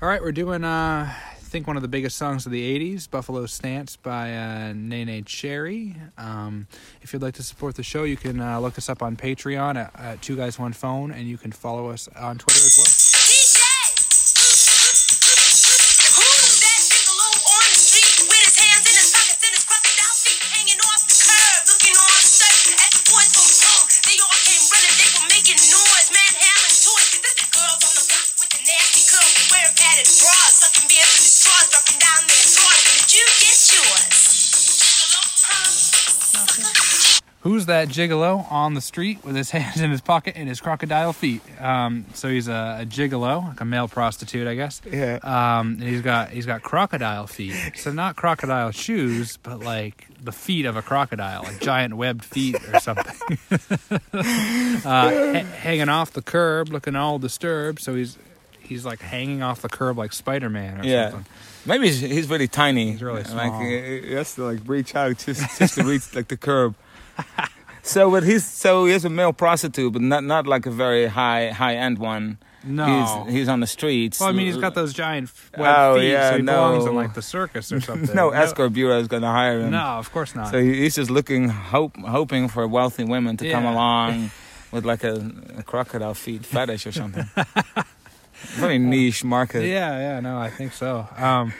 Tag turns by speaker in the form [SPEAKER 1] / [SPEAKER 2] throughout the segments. [SPEAKER 1] All right, we're doing, uh, I think, one of the biggest songs of the 80s, Buffalo Stance by uh, Nene Cherry. Um, if you'd like to support the show, you can uh, look us up on Patreon at, at Two Guys One Phone, and you can follow us on Twitter as well.
[SPEAKER 2] DJ, who's that gigolo on the street with his hands in his pockets and his crocodile feet hanging off the curb, looking all upset at the boys from home? They all came running, they were making noise, manhandling toys. This the girls on the block with the nasty curls, wearing padded bras, sucking beer through the straws, dropping down their drawers. Where did you get yours? Gigolo time, sucker.
[SPEAKER 1] Who's that gigolo on the street with his hands in his pocket and his crocodile feet? Um, so he's a, a gigolo, like a male prostitute, I guess.
[SPEAKER 3] Yeah.
[SPEAKER 1] Um, and he's got he's got crocodile feet. So not crocodile shoes, but like the feet of a crocodile, like giant webbed feet or something, uh, ha- hanging off the curb, looking all disturbed. So he's he's like hanging off the curb like Spider Man or
[SPEAKER 3] Yeah.
[SPEAKER 1] something.
[SPEAKER 3] Maybe he's, he's really tiny. He's
[SPEAKER 1] really
[SPEAKER 3] Like,
[SPEAKER 1] small.
[SPEAKER 3] uh, he has to like reach out just, just to reach like the curb. so, but he's so he is a male prostitute, but not not like a very high high end one.
[SPEAKER 1] No.
[SPEAKER 3] he's, he's on the streets.
[SPEAKER 1] Well, I mean, he's got those giant f- webbed
[SPEAKER 3] Oh,
[SPEAKER 1] feet,
[SPEAKER 3] yeah,
[SPEAKER 1] so he
[SPEAKER 3] no.
[SPEAKER 1] belongs in like the circus or something.
[SPEAKER 3] no escort bureau is going to hire him.
[SPEAKER 1] No, of course not.
[SPEAKER 3] So he- he's just looking, hope, hoping for wealthy women to come
[SPEAKER 1] Yeah.
[SPEAKER 3] along with like a, a crocodile feet fetish or something. Very niche market.
[SPEAKER 1] Yeah, yeah, no, I think so. Um,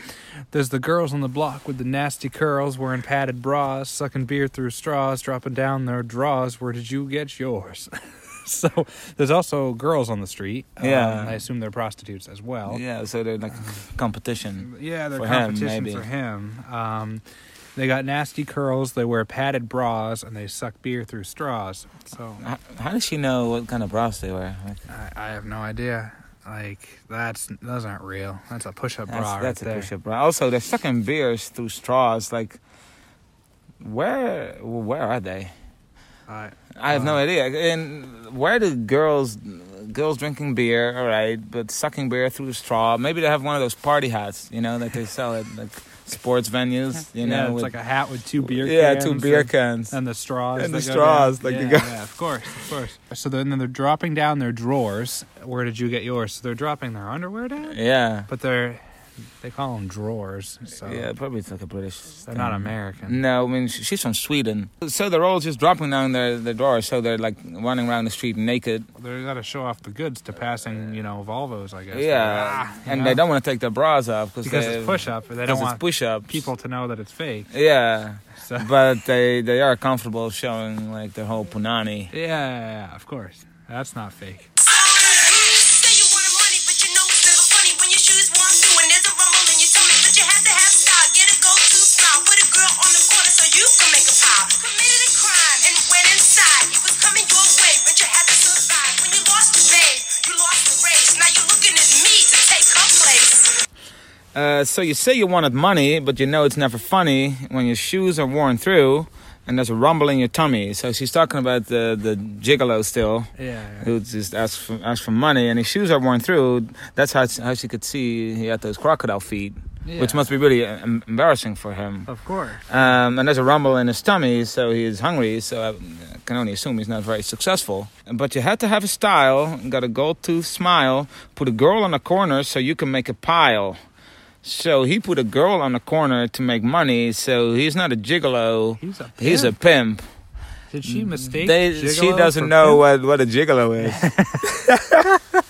[SPEAKER 1] there's the girls on the block with the nasty curls, wearing padded bras, sucking beer through straws, dropping down their draws. Where did you get yours? so there's also girls on the street. Um,
[SPEAKER 3] Yeah.
[SPEAKER 1] I assume they're prostitutes as well.
[SPEAKER 3] Yeah, so they're like competition.
[SPEAKER 1] Yeah, they're
[SPEAKER 3] For him,
[SPEAKER 1] competition
[SPEAKER 3] maybe.
[SPEAKER 1] for him. Um, they got nasty curls. They wear padded bras and they suck beer through straws. So
[SPEAKER 3] How, how does she know what kind of bras they wear? Like,
[SPEAKER 1] I, I have no idea. Like that's those aren't real. That's a push-up
[SPEAKER 3] that's
[SPEAKER 1] bra. right
[SPEAKER 3] that's a
[SPEAKER 1] there.
[SPEAKER 3] push-up bra. Also, they're sucking beers through straws. Like, where where are they?
[SPEAKER 1] I-
[SPEAKER 3] I have no
[SPEAKER 1] Uh.
[SPEAKER 3] idea. And where do girls girls drinking beer, all right, but sucking beer through a straw? Maybe they have one of those party hats, you know, that they sell at like sports venues,
[SPEAKER 1] yeah,
[SPEAKER 3] you know,
[SPEAKER 1] it's
[SPEAKER 3] with
[SPEAKER 1] like a hat with two beer
[SPEAKER 3] yeah,
[SPEAKER 1] cans.
[SPEAKER 3] two beer
[SPEAKER 1] and,
[SPEAKER 3] cans.
[SPEAKER 1] And the straws.
[SPEAKER 3] And the
[SPEAKER 1] that go
[SPEAKER 3] straws,
[SPEAKER 1] down.
[SPEAKER 3] like the
[SPEAKER 1] yeah,
[SPEAKER 3] guy-
[SPEAKER 1] yeah, of course, of course. So then they're dropping down their drawers. Where did you get yours? So they're dropping their underwear down,
[SPEAKER 3] yeah,
[SPEAKER 1] but they're they call them drawers. So
[SPEAKER 3] yeah, um, probably it's like a British.
[SPEAKER 1] Oh. they're not
[SPEAKER 3] thing.
[SPEAKER 1] American.
[SPEAKER 3] No, I mean sh- she's from Sweden, so they're all just dropping down their their doors, so they're like running around the street naked.
[SPEAKER 1] They got to show off the goods to passing, you know, Volvos. I guess.
[SPEAKER 3] Yeah,
[SPEAKER 1] Ah, you
[SPEAKER 3] and
[SPEAKER 1] know?
[SPEAKER 3] they don't want to take their bras off
[SPEAKER 1] because
[SPEAKER 3] they-
[SPEAKER 1] it's push up. They don't
[SPEAKER 3] because
[SPEAKER 1] want
[SPEAKER 3] it's push up.
[SPEAKER 1] people to know that it's fake.
[SPEAKER 3] Yeah,
[SPEAKER 1] So.
[SPEAKER 3] but they they are comfortable showing like their whole punani.
[SPEAKER 1] Yeah, yeah, yeah, of course. That's not fake.
[SPEAKER 2] Say you wanted money, but you know it's never funny when your shoes walk through and there's a rumble in your tummy. But you had to have style, get a go-to smile. Put a girl on the corner so you can make a pile. Committed a crime and went inside. It was coming your way, but you had to survive. When you lost the babe, you lost the race. Now you're looking at me to take her place.
[SPEAKER 3] Uh, so you say you wanted money, but you know it's never funny when your shoes are worn through and there's a rumble in your tummy. So she's talking about the the gigolo still.
[SPEAKER 1] Yeah. yeah.
[SPEAKER 3] Who just asked for, asked for money and his shoes are worn through. That's how, how she could see he had those crocodile feet,
[SPEAKER 1] Yeah.
[SPEAKER 3] which must be really uh, em- embarrassing for him.
[SPEAKER 1] Of course.
[SPEAKER 3] Um, and there's a rumble in his tummy, so he's hungry. So I I can only assume he's not very successful. But you had to have a style, got a gold tooth smile, put a girl on a corner so you can make a pile. So he put a girl on a corner to make money. So he's not a gigolo.
[SPEAKER 1] He's a
[SPEAKER 3] He's a
[SPEAKER 1] pimp.
[SPEAKER 3] pimp.
[SPEAKER 1] Did she mistake?
[SPEAKER 3] Mm. They, she
[SPEAKER 1] gigolo for
[SPEAKER 3] doesn't know
[SPEAKER 1] pimp?
[SPEAKER 3] what, what a gigolo is.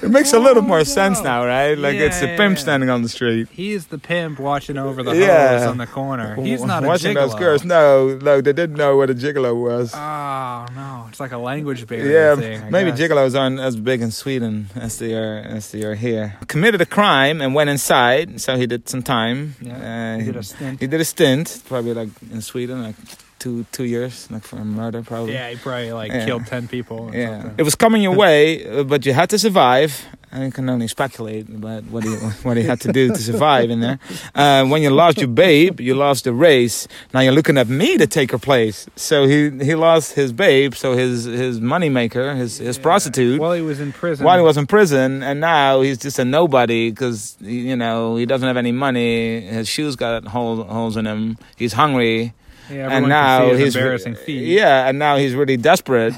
[SPEAKER 3] it makes a little more sense now, right? Like it's a
[SPEAKER 1] Yeah,
[SPEAKER 3] pimp
[SPEAKER 1] yeah.
[SPEAKER 3] standing on the street.
[SPEAKER 1] He is the pimp watching over the
[SPEAKER 3] Yeah.
[SPEAKER 1] hoes on the corner. He's not a
[SPEAKER 3] watching
[SPEAKER 1] gigolo.
[SPEAKER 3] those girls. No, no, they didn't know what a gigolo was.
[SPEAKER 1] Oh no, it's like a language barrier
[SPEAKER 3] yeah,
[SPEAKER 1] thing. I
[SPEAKER 3] maybe
[SPEAKER 1] guess.
[SPEAKER 3] gigolos aren't as big in Sweden as they are as they are here. Committed a crime and went inside, so he did some time. Uh,
[SPEAKER 1] Yeah, he did a stint.
[SPEAKER 3] He did a stint, probably like in Sweden, like two two years, like for a murder, probably.
[SPEAKER 1] Yeah, he probably like
[SPEAKER 3] Yeah.
[SPEAKER 1] killed ten people. Or
[SPEAKER 3] Yeah, it
[SPEAKER 1] something.
[SPEAKER 3] was coming your way, uh, but you had to survive. And you can only speculate about what he what he had to do to survive in there. Uh, when you lost your babe, you lost the race. Now you're looking at me to take her place. So he he lost his babe, so his his moneymaker, his his prostitute.
[SPEAKER 1] While he was in prison.
[SPEAKER 3] while he was in prison, and now he's just a nobody because you know he doesn't have any money. His shoes got holes holes in him. He's hungry
[SPEAKER 1] yeah, everyone can see his
[SPEAKER 3] re- uh,
[SPEAKER 1] embarrassing feet.
[SPEAKER 3] Yeah, and now he's really desperate,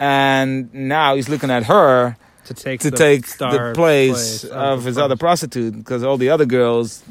[SPEAKER 3] and now he's looking at her
[SPEAKER 1] to take
[SPEAKER 3] to
[SPEAKER 1] the
[SPEAKER 3] take the
[SPEAKER 1] star
[SPEAKER 3] place, of
[SPEAKER 1] the
[SPEAKER 3] his
[SPEAKER 1] prom-
[SPEAKER 3] other prostitute because all the other girls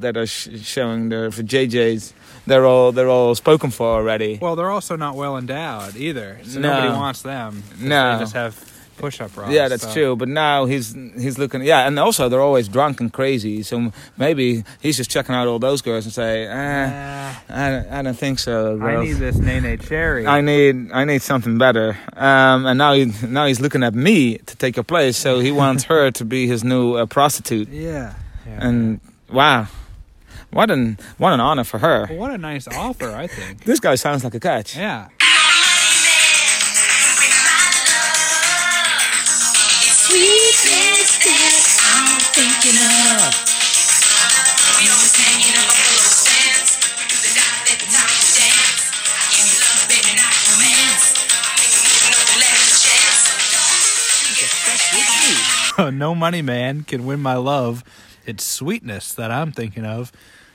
[SPEAKER 3] that are sh- showing their for JJ's, they're all they're all spoken for already.
[SPEAKER 1] Well, they're also not well endowed either, so
[SPEAKER 3] No.
[SPEAKER 1] nobody wants them. 'cause
[SPEAKER 3] No.
[SPEAKER 1] they just have push-up bras.
[SPEAKER 3] yeah, that's
[SPEAKER 1] so-
[SPEAKER 3] true. But now he's he's looking. Yeah, and also they're always drunk and crazy. So maybe he's just checking out all those girls and say, eh,
[SPEAKER 1] Uh,
[SPEAKER 3] I, don't, I don't think so.
[SPEAKER 1] I
[SPEAKER 3] girls.
[SPEAKER 1] need this Nene Cherry.
[SPEAKER 3] I need I need something better. Um, and now he, now he's looking at me to take her place. So he wants her to be his new uh, prostitute.
[SPEAKER 1] yeah. yeah.
[SPEAKER 3] And wow, what an what an honor for her.
[SPEAKER 1] Well, what a nice offer, I think.
[SPEAKER 3] This guy sounds like a catch.
[SPEAKER 1] Yeah. Uh, no money man can win my love. It's sweetness that I'm thinking of.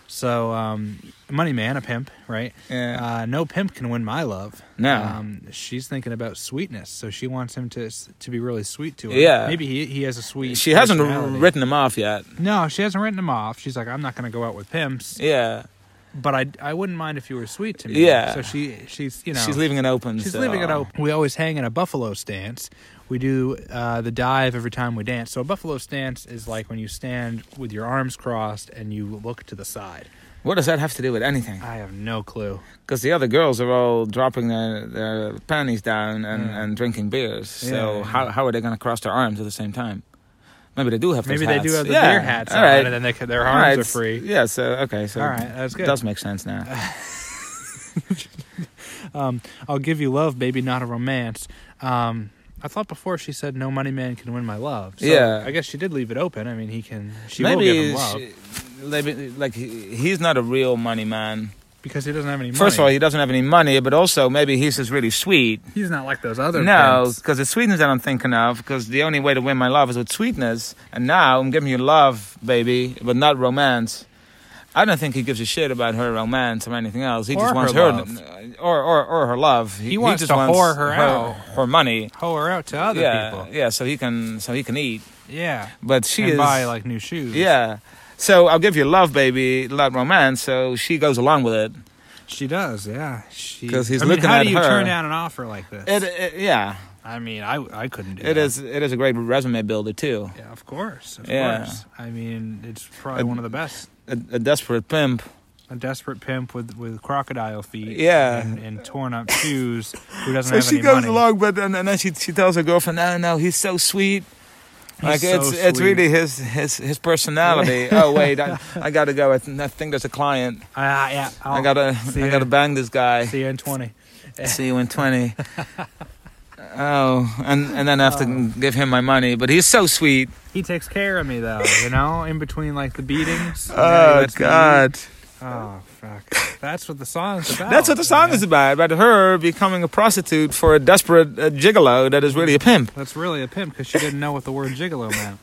[SPEAKER 1] So, um, money man, a pimp, right?
[SPEAKER 3] Yeah.
[SPEAKER 1] Uh, no pimp can win my love.
[SPEAKER 3] No.
[SPEAKER 1] Um, she's thinking about sweetness, so she wants him to to be really sweet to her.
[SPEAKER 3] Yeah.
[SPEAKER 1] Maybe he he has a sweet.
[SPEAKER 3] She hasn't
[SPEAKER 1] personality.
[SPEAKER 3] written him off yet.
[SPEAKER 1] No, she hasn't written him off. She's like, I'm not going to go out with pimps,
[SPEAKER 3] Yeah,
[SPEAKER 1] but I I wouldn't mind if you were sweet to me.
[SPEAKER 3] Yeah.
[SPEAKER 1] So she she's you know
[SPEAKER 3] she's leaving it open.
[SPEAKER 1] She's
[SPEAKER 3] so- uh, um,
[SPEAKER 1] leaving it open. We always hang in a buffalo stance. We do uh, the dive every time we dance. So a buffalo stance is like when you stand with your arms crossed and you look to the side.
[SPEAKER 3] What does that have to do with anything?
[SPEAKER 1] I have no clue.
[SPEAKER 3] Because the other girls are all dropping their, their panties down and, and drinking beers. So
[SPEAKER 1] Yeah.
[SPEAKER 3] how how are they going to cross their arms at the same time? Maybe they do have.
[SPEAKER 1] Maybe
[SPEAKER 3] those
[SPEAKER 1] they do
[SPEAKER 3] hats.
[SPEAKER 1] have the
[SPEAKER 3] yeah.
[SPEAKER 1] beer hats
[SPEAKER 3] all
[SPEAKER 1] on,
[SPEAKER 3] right.
[SPEAKER 1] and then they, ca- their
[SPEAKER 3] All
[SPEAKER 1] arms
[SPEAKER 3] right.
[SPEAKER 1] are free.
[SPEAKER 3] Yeah. So okay. So
[SPEAKER 1] All right, that's good.
[SPEAKER 3] Does make sense now.
[SPEAKER 1] I'll give you love, baby, not a romance. Um, I thought before she said no money man can win my love. So
[SPEAKER 3] Yeah.
[SPEAKER 1] I guess she did leave it open. I mean, he can. She will give
[SPEAKER 3] maybe,
[SPEAKER 1] him love
[SPEAKER 3] she- maybe like he- he's not a real money man.
[SPEAKER 1] because he doesn't have any money.
[SPEAKER 3] First of all, he doesn't have any money, but also maybe he's just really sweet.
[SPEAKER 1] he's not like those other.
[SPEAKER 3] No,
[SPEAKER 1] pimps.
[SPEAKER 3] because it's sweetness that I'm thinking of. Because the only way to win my love is with sweetness. And now I'm giving you love, baby, but not romance. I don't think he gives a shit about her romance or anything else. He
[SPEAKER 1] Or
[SPEAKER 3] just wants
[SPEAKER 1] her
[SPEAKER 3] her,
[SPEAKER 1] love.
[SPEAKER 3] or, or or her love.
[SPEAKER 1] He wants to whore her out.
[SPEAKER 3] her money.
[SPEAKER 1] hoe her out to other
[SPEAKER 3] yeah,
[SPEAKER 1] people.
[SPEAKER 3] yeah. So he can, so he can eat.
[SPEAKER 1] Yeah.
[SPEAKER 3] But she
[SPEAKER 1] and
[SPEAKER 3] is
[SPEAKER 1] buy like new shoes.
[SPEAKER 3] yeah. So I'll give you love, baby, not romance. So she goes along with it.
[SPEAKER 1] she does. Yeah, she.
[SPEAKER 3] 'Cause he's
[SPEAKER 1] I mean,
[SPEAKER 3] looking
[SPEAKER 1] how
[SPEAKER 3] at
[SPEAKER 1] do you
[SPEAKER 3] her.
[SPEAKER 1] turn down an offer like this?
[SPEAKER 3] It, it yeah.
[SPEAKER 1] I mean, I I couldn't do
[SPEAKER 3] It
[SPEAKER 1] that.
[SPEAKER 3] is it is a great resume builder too.
[SPEAKER 1] Yeah, of course, of
[SPEAKER 3] Yeah.
[SPEAKER 1] course. I mean, it's probably
[SPEAKER 3] Uh,
[SPEAKER 1] one of the best.
[SPEAKER 3] A, a desperate pimp.
[SPEAKER 1] A desperate pimp with with crocodile feet.
[SPEAKER 3] Yeah.
[SPEAKER 1] and, and torn up shoes. Who doesn't
[SPEAKER 3] So
[SPEAKER 1] have
[SPEAKER 3] she
[SPEAKER 1] any
[SPEAKER 3] goes
[SPEAKER 1] money.
[SPEAKER 3] along, but and, and then she she tells her girlfriend, "No, no, he's so sweet. like
[SPEAKER 1] so
[SPEAKER 3] it's it's
[SPEAKER 1] sweet.
[SPEAKER 3] really his his his personality. oh wait, I, I gotta go. I, th- I think there's a client.
[SPEAKER 1] Ah, yeah. I'll
[SPEAKER 3] I gotta
[SPEAKER 1] see
[SPEAKER 3] I
[SPEAKER 1] ya.
[SPEAKER 3] gotta bang this guy.
[SPEAKER 1] see you in twenty.
[SPEAKER 3] See you in twenty. oh, and and then I have to give him my money. But he's so sweet.
[SPEAKER 1] He takes care of me though, you know, in between like the beatings. you know, he
[SPEAKER 3] Oh
[SPEAKER 1] lets me eat.
[SPEAKER 3] God,
[SPEAKER 1] Oh fuck. That's what the song's about.
[SPEAKER 3] that's what the song
[SPEAKER 1] you
[SPEAKER 3] is about. About her becoming a prostitute for a desperate uh, gigolo that is really a pimp.
[SPEAKER 1] That's really a pimp because she didn't know what the word gigolo meant.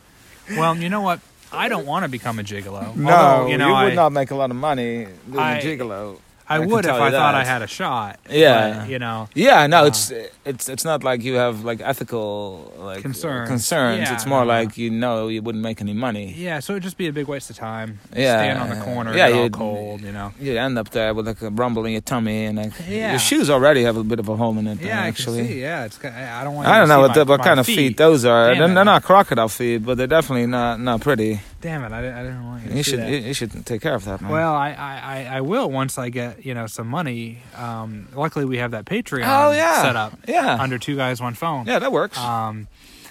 [SPEAKER 1] Well, you know what? I don't want to become a gigolo. Although, you know, I,
[SPEAKER 3] would not make a lot of money being
[SPEAKER 1] I-
[SPEAKER 3] a gigolo.
[SPEAKER 1] I
[SPEAKER 3] I can
[SPEAKER 1] would if
[SPEAKER 3] tell
[SPEAKER 1] I
[SPEAKER 3] you
[SPEAKER 1] thought
[SPEAKER 3] that.
[SPEAKER 1] I had a shot.
[SPEAKER 3] Yeah.
[SPEAKER 1] but, you know,
[SPEAKER 3] Yeah, no, it's it's it's not like you have like ethical like
[SPEAKER 1] Concerns.
[SPEAKER 3] Concerns.
[SPEAKER 1] Yeah,
[SPEAKER 3] it's more
[SPEAKER 1] no, no.
[SPEAKER 3] like you know you wouldn't make any money.
[SPEAKER 1] yeah. So it'd just be a big waste of time.
[SPEAKER 3] Yeah.
[SPEAKER 1] stand on the corner.
[SPEAKER 3] Yeah,
[SPEAKER 1] Yeah, all
[SPEAKER 3] you'd-
[SPEAKER 1] cold. You know.
[SPEAKER 3] You end up there with like a rumble in your tummy, and like
[SPEAKER 1] Yeah.
[SPEAKER 3] your shoes already have a bit of a hole in it.
[SPEAKER 1] Yeah, I
[SPEAKER 3] actually.
[SPEAKER 1] can see. Yeah, it's. ki- I I don't want.
[SPEAKER 3] I
[SPEAKER 1] you to
[SPEAKER 3] don't know
[SPEAKER 1] see
[SPEAKER 3] what
[SPEAKER 1] my-
[SPEAKER 3] the, what
[SPEAKER 1] my
[SPEAKER 3] kind of feet those are.
[SPEAKER 1] Damn
[SPEAKER 3] They're,
[SPEAKER 1] it.
[SPEAKER 3] they're not crocodile feet, but they're definitely not not pretty.
[SPEAKER 1] Damn it! I, didn't- I didn't want you. To
[SPEAKER 3] You
[SPEAKER 1] see
[SPEAKER 3] should
[SPEAKER 1] that.
[SPEAKER 3] you, you should take care of that, man.
[SPEAKER 1] well, I, I, I- I will once I get you know some money. Um, luckily, we have that Patreon
[SPEAKER 3] oh yeah,
[SPEAKER 1] set up
[SPEAKER 3] Yeah,
[SPEAKER 1] under two guys one phone.
[SPEAKER 3] yeah, that works.
[SPEAKER 1] Um,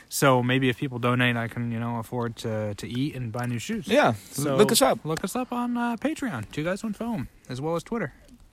[SPEAKER 1] so maybe if people donate, I can you know afford to to eat and buy new shoes.
[SPEAKER 3] yeah,
[SPEAKER 1] So
[SPEAKER 3] look us up.
[SPEAKER 1] Look us up on uh, Patreon. Two guys, one foam, as well as Twitter.